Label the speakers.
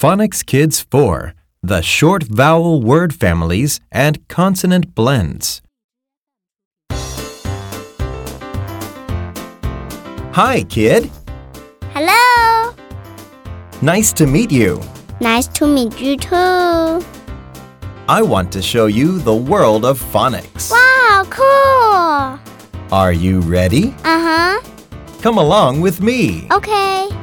Speaker 1: Phonics Kids 4 The Short Vowel Word Families and Consonant Blends. Hi, kid.
Speaker 2: Hello.
Speaker 1: Nice to meet you.
Speaker 2: Nice to meet you too.
Speaker 1: I want to show you the world of phonics.
Speaker 2: Wow, cool.
Speaker 1: Are you ready?
Speaker 2: Uh huh.
Speaker 1: Come along with me.
Speaker 2: Okay.